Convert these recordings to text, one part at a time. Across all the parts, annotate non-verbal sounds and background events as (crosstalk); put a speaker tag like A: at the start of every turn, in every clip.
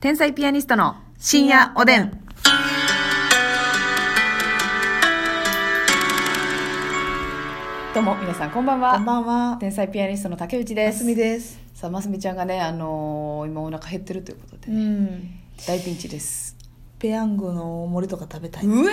A: 天才ピアニストの深夜おでん。どうも皆さんこんばんは。
B: こんばんは。
A: 天才ピアニストの竹内で。
B: ますすみです。
A: さあますみちゃんがねあのー今お腹減ってるということで、ね
B: ん。
A: 大ピンチです。
B: ペヤングの大盛りとか食べたい。
A: うえー。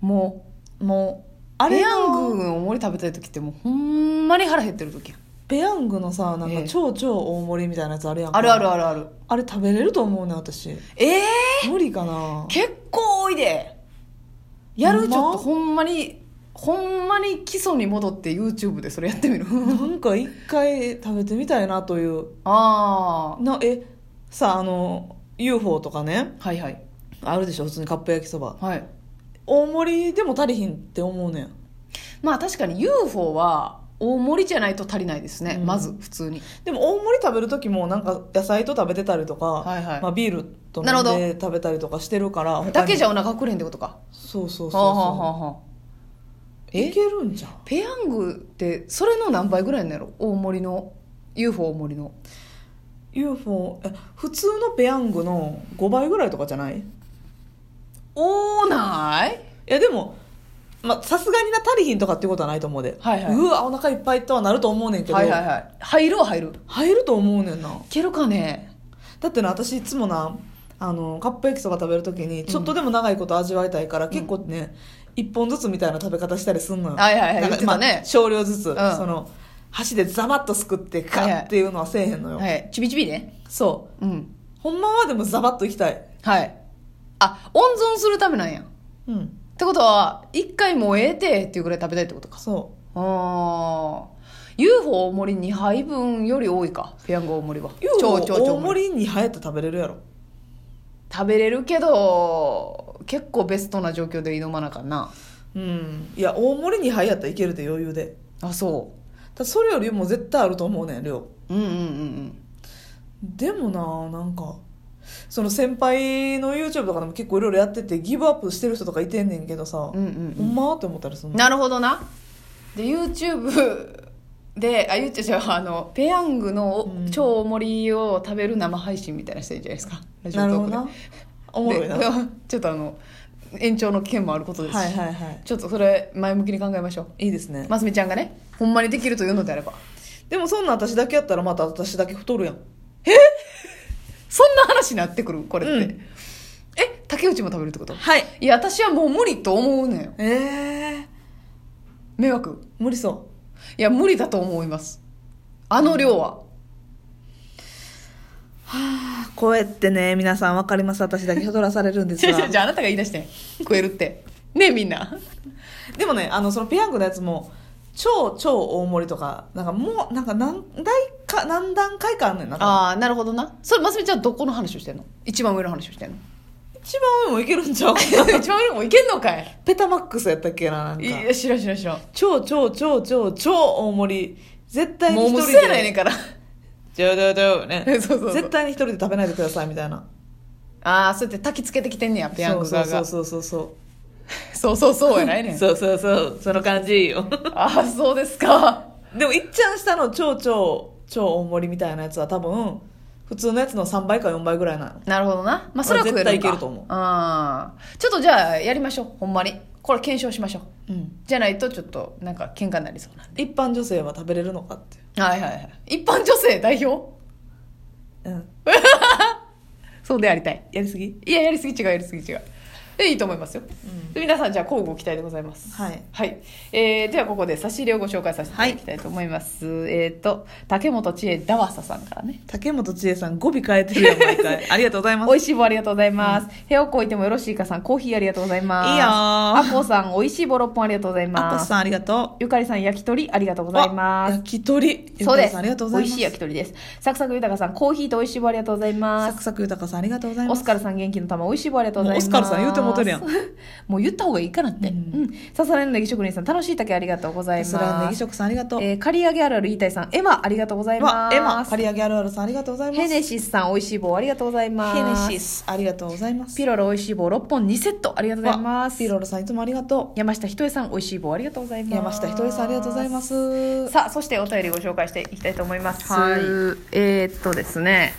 A: も
B: もう、
A: う
B: あ
A: ペ
B: れ
A: ヤング
B: の
A: のお盛り食べたい時ってもうほんまに腹減ってる時やん。
B: ペヤングのさ、なん
A: え
B: か
A: え
B: 超超大盛りみたいなやつあるやんか。
A: あるある。あるある。
B: あれ食べれると思うね、私。
A: ええ
B: 無理かな。
A: 結構多いでやる
B: ほん
A: ち
B: ま
A: ょっとほんまにほんまに基礎に戻って YouTube でそれやってみ
B: (laughs)
A: る
B: なんか一回食べてみたいなという。
A: あ
B: な、え、さ、あの、UFO とかね、
A: あはいはい
B: あるでしょ、普通にカップ焼きそば。
A: はい
B: 大盛りでも足りひんって思うねん。
A: まあ確かに UFO は大盛りじゃないと足りないですね、
B: うん
A: まず普通に
B: でも大盛り食べる時もなんか野菜と食べてたりとか、
A: はいはい
B: まあ、ビールと飲
A: なる
B: ん
A: ほ
B: で食べたりとかしてるから他に
A: だけじゃお腹膨れんってことか
B: そうそうそう
A: はあはあは
B: そ
A: あはあ
B: うい
A: え
B: けるんじゃん
A: ペヤングってそれの何倍ぐらいなんやろ大盛りの UFO 大盛りの
B: UFO え普通のペヤングの5倍ぐらいとかじゃないい
A: おーない
B: やでもまあさすがにな足りひんとかっていうことはないと思うで、
A: はいはいう
B: わお腹いっぱいとはなると思うねんけど、
A: はいはいはい入るは入るい
B: 入ると思うねんな
A: けるかね
B: だってな私いつもなあのカップ焼きそば食べるときにちょっとでも長いこと味わいたいから、結構ね1本ずつみたいな食べ方したりすんのよ
A: はいはいはい
B: なんか
A: 言ってたね
B: まあ少量ずつ、
A: ん
B: その箸でザバッとすくってカ
A: はいはい
B: ッっていうのはせえへんのよ、
A: はいちびちびね
B: そ
A: うん
B: うほんまはでもザバッといきたい
A: はい。あ、温存するためなんや。っ
B: うん
A: てことは、一回もうええてっていうぐらい食べたいってことか。
B: そ
A: あー。UFO 大盛り2杯分より多いか。ペヤング大盛りは。
B: う UFO
A: 超超超
B: 大盛りに入って食べれるやろ
A: 食べれるけど、結構ベストな状況で挑まなあかんな。
B: うんいや大盛りに入やったらいけるで余裕で
A: あ、そ
B: ただそれよりも絶対あると思うねん量
A: う。うんうんうんうん。
B: でもななんかその先輩の YouTube とかでも結構いろいろやっててギブアップしてる人とかいてんねんけどさ、
A: うんうん
B: ほんまって思ったりするの
A: なるほどな。で、YouTube で、あ、YouTube じゃあ、あの、ペヤングの
B: うん
A: 超大盛りを食べる生配信みたいな人いるじゃないですか。ラジオ
B: な
A: トー
B: るほ
A: ク
B: ど
A: で
B: なおもろいな
A: で (laughs)
B: (laughs) はい
A: ちょっとあの延長の件もあることですし、
B: はいはい
A: ちょっとそれ前向きに考えましょう
B: いいですね、
A: ますみちゃんがねほんまにできるというのであれば
B: でもそんな私だけやったらまた私だけ太るやん
A: そんな話になってくるこれって、
B: うん
A: え竹内も食べるってこと
B: はい
A: いや私はもう無理と思うのよ
B: ええ
A: 迷惑
B: 無理そ
A: いや無理だと思いますあの量は、
B: う声ってね皆さん分かります私だけ太らされるんで (laughs)
A: じゃあじゃああなたが言い出してん食えるってねえみんな
B: でもねあのそのペヤングのやつも超超大盛りとかなんかもうなんか何台か何段階かあんねんな
A: ああなるほどなそれますみちゃんどこの話をしてんの一番上の話をしてんの (laughs)
B: 一番上もいけるんちゃう (laughs)
A: 一番上のもいけんのかい
B: ペタマックスやったっけななんか
A: いや知らん知らん知らん
B: 超超超超超大盛り絶対に
A: もう
B: 一
A: 無
B: 人
A: せ
B: で
A: やないねんから
B: ちょうどうどう (laughs) ね
A: そうそうそう
B: 絶対に一人で食べないでくださいみたいな
A: ああそうやって焚きつけてきてんねやペヤング側がそう
B: そうそうそう
A: そうそうそうやない
B: そう
A: ねん
B: そうそうそうその感じよ
A: (laughs) ああそうですか
B: でもいっちゃん下の超超超大盛りみたいなやつは多分普通のやつの3倍か4倍ぐらいなの
A: なるほどなまあそれは食える
B: 絶対いけると思う
A: あちょっとじゃあやりましょうほんまにこれ検証しましょう
B: うん
A: じゃないとちょっとなんか喧嘩になりそうなん
B: 一般女性は食べれるのかってい
A: ではいはいはい一般女性代表
B: う、うん、
A: そうでありたい
B: やりすぎ
A: いややりすぎ違うやりすぎ違うでいいと思いますよ、
B: ん
A: で皆さんじゃあ交互期待でございます
B: はい
A: はい、えー、ではここで差し入れをご紹介させていただきたいと思います、えっ、と竹本千恵ダワサさんからね
B: 竹本千恵さん語尾変えてるやん毎 (laughs) 回ありがとうございます
A: 美味しい棒ありがとうございます。部屋をこいてもよろしいかさん、コーヒーありがとうございます。
B: いいよー
A: あこさん、美味しい棒6本ありがとうござい
B: ア
A: ま
B: ッ
A: す。
B: コさんありがとう
A: ゆかりさん、焼き鳥ありがとうございます。
B: 焼き鳥
A: そうです。
B: ありがとうございます
A: 美味しい焼き鳥です。サクサク豊さん、コーヒーと美味しい棒ありがとうございま
B: サ
A: す。
B: クサク豊さんありがとうございま
A: オ
B: す
A: スカルさん元気の玉美味しい棒ありがとうございます。
B: もうオスカルさん言うてもうてるやん。
A: (laughs) もう言った方がいいかなって。う。
B: うん
A: 笹根のネギ職人さん楽しい竹ありがとうございます。
B: スラーネギ食さんありがとう、
A: えー、刈り上げあるある言いたいさん、エマありがとうございま。
B: ますエマ刈り上げあるあるさんありがとうございます
A: ヘネシスさん美味しい棒ありがとうございます。
B: ヘネシスありがとうございます
A: ピロロ美味しい棒6本2セットありがとうございます。
B: ピロロさんいつもありがと
A: 山下ひとえさん美味しい棒ありがとうございうます。。
B: 山下ひとりさんありがとうございますす
A: さあそしてお便りご紹介していきたいと思います。
B: はい
A: えーっとですね。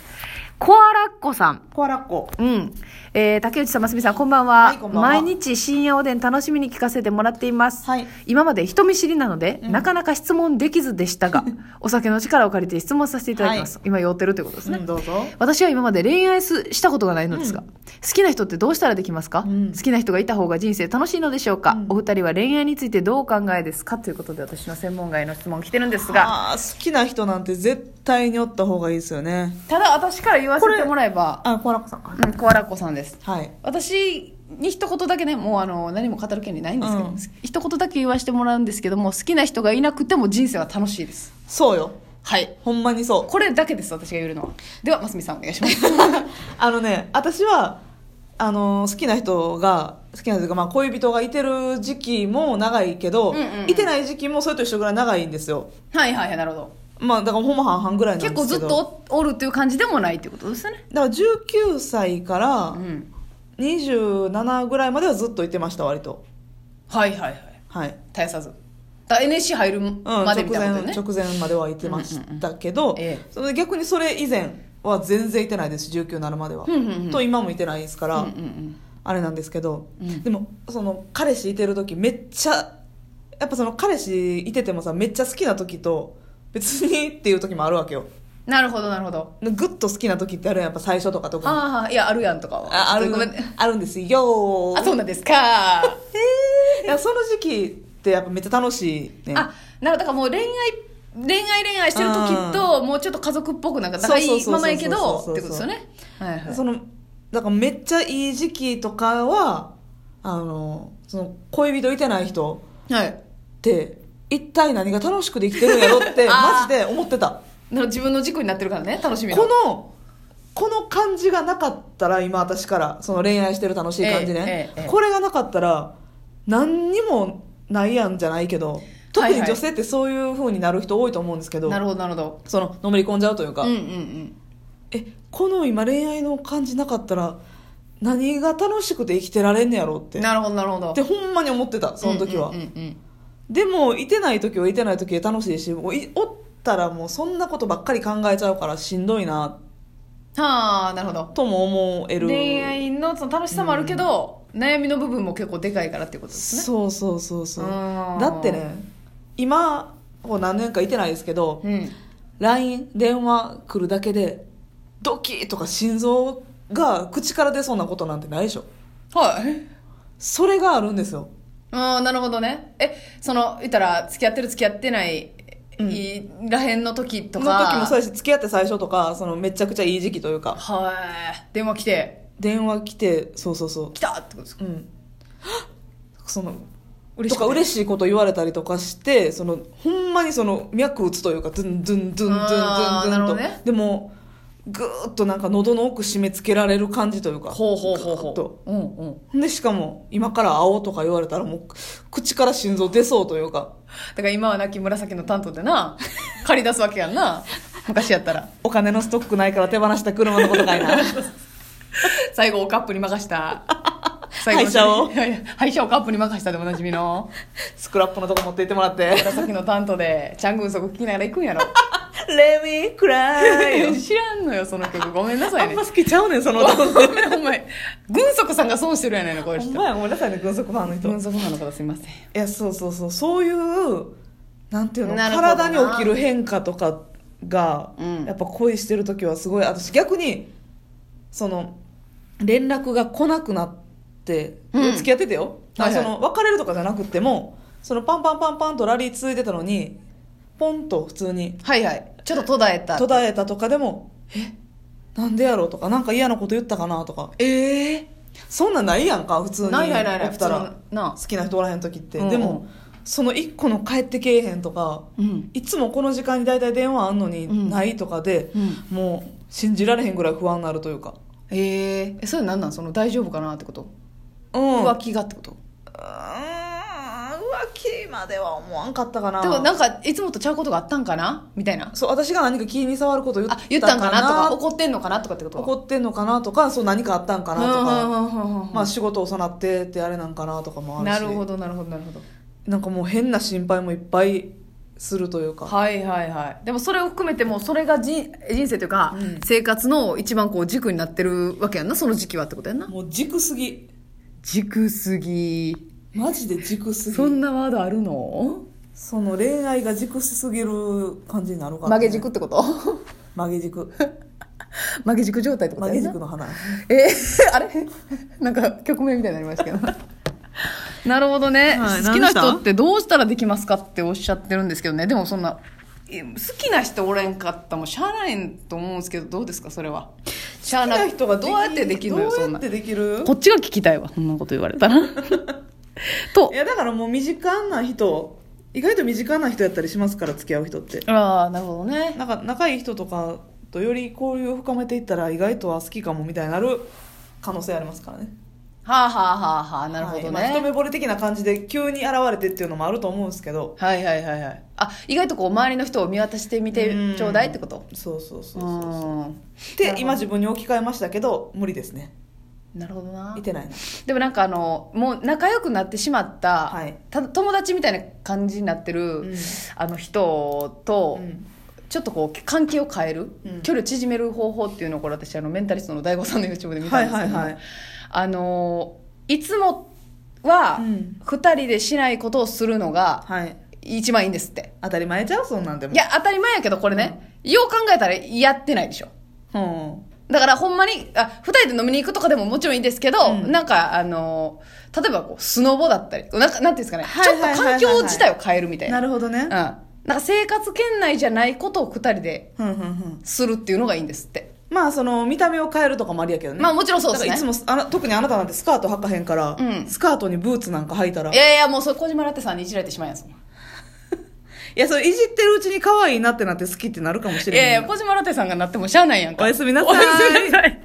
A: コアラッコさん。
B: コアラッコ。
A: うん。えー竹内さん、ますみさん、こんばんは。
B: はいこんばんは
A: 毎日深夜おでん楽しみに聞かせてもらっています。
B: はい
A: 今まで人見知りなので、
B: うん
A: なかなか質問できずでした
B: (laughs)
A: が、お酒の力を借りて質問させていただきます。今酔ってるということですね。
B: うん、どうぞ。
A: 私は今まで恋愛すしたことがないのですが、
B: うん
A: 好きな人ってどうしたらできますか、
B: うん
A: 好きな人がいた方が人生楽しいのでしょうか、
B: うん
A: お二人は恋愛についてどうお考えですかということで私の専門外の質問来てるんですが
B: あー好きな人なんて絶対におった方がいいですよね。
A: ただ私から言わせてもらえば
B: あ、コアラッコさんか。
A: うん小原子さんです
B: はい。
A: 私に一言だけねもうあの何も語る権利ないんですけど、
B: うん
A: 一言だけ言わせてもらうんですけども好きな人がいなくても人生は楽しいです
B: そうよ。
A: はい
B: ほんまにそう。 (laughs)
A: これだけです私が言えるのはではますみさんお願いします (laughs)
B: あのね、私は、あのー好きな人が、好きな人というか、まあ、恋人がいてる時期も長いけど、
A: うんうんうん
B: いてない時期もそれと一緒ぐらい長いんですよ。
A: はいはいはいなるほど
B: まあ、だからほんま半々ぐらいなんです
A: 結
B: けど。
A: 構ずっとおおるっていう感じでもないってことですね
B: だから19歳か
A: う
B: ら
A: ん
B: 27ぐらいまではずっといてました、割と。
A: はいはいはい
B: はい。
A: 絶やさずだ NSC 入る
B: うん、
A: までみたいなことね、
B: 直前直前までは行ってましたけど、
A: うんうんうんええ
B: それで逆にそれ以前は全然行ってないです19になるまでは、
A: うんうんうん
B: と今も行ってないですから、
A: うんうん
B: あれなんですけど、
A: うん
B: でもその彼氏いてる時めっちゃやっぱその彼氏いててもさめっちゃ好きな時と別にっていう時もあるわけよ
A: うんなるほどなるほど
B: グッと好きな時ってあるやんやっぱ最初とか特にあ
A: ああいやあるやんとかは
B: ある
A: ごめんね
B: あるんですよ
A: あそうなんですか
B: いやその時期ってやっぱめっちゃ楽しいね
A: あなるほどだからもう恋愛恋愛恋愛してる時ともうちょっと家族っぽくなんか仲い
B: そう
A: い
B: そ
A: ま
B: うそうそう
A: まやけど
B: そうそうそう
A: ってことですよねはいはい
B: そのだからめっちゃいい時期とかはあのその恋人いてない人
A: はい
B: って一体何が楽しくできてるんやろって
A: (laughs) あー
B: マジで思ってた
A: なの自分の軸になってるからね楽しみの
B: このこの感じがなかったら今私からその恋愛してる楽しい感じね、
A: ええええ
B: これがなかったら何にもないやんじゃないけど特
A: はい
B: に
A: はい
B: 女性ってそういう風になる人多いと思うんですけど、
A: なるほどなるほど
B: そののめり込んじゃうというか、
A: うんうんうん
B: えこの今恋愛の感じなかったら何が楽しくて生きてられんねやろって
A: なるほどなるほど
B: ってほんまに思ってたその時は、
A: うんうんうんうん
B: でもいてない時はいてない時で楽しいしもういおったらもうそんなことばっかり考えちゃうからしんどいな
A: はあなるほど
B: とも思える
A: 恋愛のその楽しさもあるけど、悩みの部分も結構でかいからっていうことですね
B: そうそうそうそう
A: うん
B: だってね今こう何年かいてないですけど、
A: うん、
B: LINE 電話来るだけでドキーとか心臓が口から出そうなことなんてないでしょ
A: はい
B: それがあるんですよ
A: ああなるほどねえその言ったら付き合ってる付き合ってない、
B: うん
A: いらへんの時と
B: そ
A: か
B: の時もそうやし付き合って最初とかそのめちゃくちゃいい時期というか
A: はい電話来て
B: 電話来てそうそうそ
A: 来たってことですか
B: う
A: (gasps)
B: うんその
A: 嬉
B: と
A: しし
B: か嬉しいこと言われたりとかしてそのほんまにその脈打つというかドゥンドゥンドゥンドゥンドゥン
A: あー
B: ド
A: なる
B: ゥン
A: ほど
B: と、
A: ね
B: でもぐーっとなんか喉の奥締め付けられる感じというか
A: ほうほうほう
B: ぐーっと
A: ほううんうん
B: でしかも今から会おうとか言われたらもう口から心臓出そうというか
A: だから今は亡き紫の担当で
B: (laughs)
A: な借り出すわけやんな昔やったら
B: お金のストックないから手放した車のことか
A: (laughs)
B: いな
A: 最後おカップに任した
B: 廃車を
A: (laughs) いやいや廃車をカップに任したでおなじみの
B: スクラップのとこ持って行ってもらって
A: 紫の担当でチャングンソク聞きながら行くんやろ
B: 「レミクラ
A: (laughs)
B: イ」
A: 知らんのよその曲ごめんなさ
B: (laughs) あ
A: い
B: ん
A: ね
B: ま好きちゃうねんその
A: ご (laughs)
B: 歌ほ
A: めんお前軍足さんが損してるやないのこういう人
B: んまやごめんなさいね軍足ファンの人
A: 軍足派の方すいません
B: いやそうそうそうそういうなんていうの
A: なるほどな
B: 体に起きる変化とかが、
A: うん
B: やっぱ恋してる時はすごい私逆にその連絡が来なくなって、
A: うん
B: 付き合っててよ、あ
A: はいはい
B: その別れるとかじゃなくてもそのパンパンパンパンとラリー続いてたのにポンと普通に
A: はいはいちょっと途絶えた
B: 途絶えたとかでも「えなんでやろ?」うとかなんか嫌なこと言ったかなとか
A: ええ
B: そんなんないやんか普通に
A: ないないないない
B: おったら
A: 普通のな
B: 好きな人おらへん時って、
A: うんうん
B: でもその一個の帰ってけえへんとか
A: うん
B: いつもこの時間に大体電話あんの
A: うん
B: にないとかで、もう信じられへんぐらい不安になるというか、
A: えええそれなんなんその大丈夫かなってこと、
B: うん、
A: 浮気がってこと
B: うーん浮気までは思わんかったかな
A: でもなんかいつもとちゃうことがあったんかなみたいな
B: そう私が何か気に障ること言った
A: あ
B: かな
A: 言ったんかなとか怒ってんのかなとかってこと
B: 怒ってんのかなとかそう何かあったんかなとか、ま
A: ま
B: あ仕事遅なってってあれなんかなとかもあるし
A: なるほどなるほどなるほど
B: なんかもう変な心配もいっぱいするというか、
A: はいはいはいでもそれを含めてもうそれが人人生というか、
B: うん
A: 生活の一番こう軸になってるわけやんなその時期はってことやんな
B: もう軸すぎ
A: 軸すぎ
B: マジで軸すぎ
A: そんなワードあるの
B: その恋愛が軸しすぎる感じになるから、
A: 曲げ軸ってこと (laughs)
B: 曲げ (laughs) 軸
A: 曲げ軸状態ってこと
B: 曲
A: や
B: げ
A: んな
B: 軸の花
A: えー (laughs) あれなんか曲名みたいになりましたけど (laughs) なるほどね、
B: はい
A: 好きな
B: 何でし
A: 人
B: た
A: ってどうしたらできますかっておっしゃってるんですけどねでもそんなえ好きな人おれんかったもんしゃあないと思うんですけどどうですかそれはしゃあ
B: 好き
A: な
B: ない人が
A: どうやってできるのよ
B: どう
A: そん
B: や
A: な
B: ってできる
A: こっちが聞きたいわそんなこと言われた (laughs) らと
B: いやだからもう身近な人意外と身近な人やったりしますから付き合う人って
A: ああなるほどね
B: なんか仲いい人とかとより交流を深めていったら意外とは好きかもみたいになる可能性ありますからね
A: はあはあはあはあなるほどね、
B: はいまあ一目惚れ的な感じで急に現れてっていうのもあると思うんですけど
A: はいはいはいはいあ意外とこう周りの人を見渡してみてちょうだいってこと
B: そうそうそううそうそ
A: ん
B: うで今自分に置き換えましたけど無理ですね
A: なるほどない
B: てないな
A: でもなんかあのもう仲良くなってしまった,、
B: はい
A: た友達みたいな感じになってる、
B: うん
A: あの人と、
B: うん
A: ちょっとこう関係を変える、
B: うん
A: 距離を縮める方法っていうのをこれ私あのメンタリストの大悟さんの YouTube で見たんですけど、
B: はいはいはい
A: あのいつもは
B: うん
A: 2人でしないことをするのが
B: はい
A: 一番いいんですって、
B: 当たり前ちゃうそんなんでも
A: いや当たり前やけどこれね、よう考えたらやってないでしょ
B: うん
A: だからほんまにあ2人で飲みに行くとかでももちろんいいですけど、
B: うん
A: なんかあの例えばこうスノボだったりなんかなんていうんですかね、
B: はいはいはいはいはい
A: ちょっと環境自体を変えるみたいな
B: なるほどね
A: うん、なんか生活圏内じゃないことを2人で
B: うんうんうん
A: するっていうのがいいんですって、
B: まあその見た目を変えるとかもありやけどね
A: まあもちろんそう
B: だ
A: で
B: か
A: す
B: ら
A: ね
B: いつもあな特にあなたなんてスカート履かへんから、
A: うん
B: スカートにブーツなんか履いたら
A: いやいやもうそれ小島ラテさんにいじられてしまいやんそんない
B: やそれいじってるうちに可愛いなってなって好きってなるかもしれ
A: やい
B: へ
A: や
B: ん
A: 小島ラテさんがなってもしゃあないやんか
B: おやすみなさ
A: お
B: い
A: やすみなさい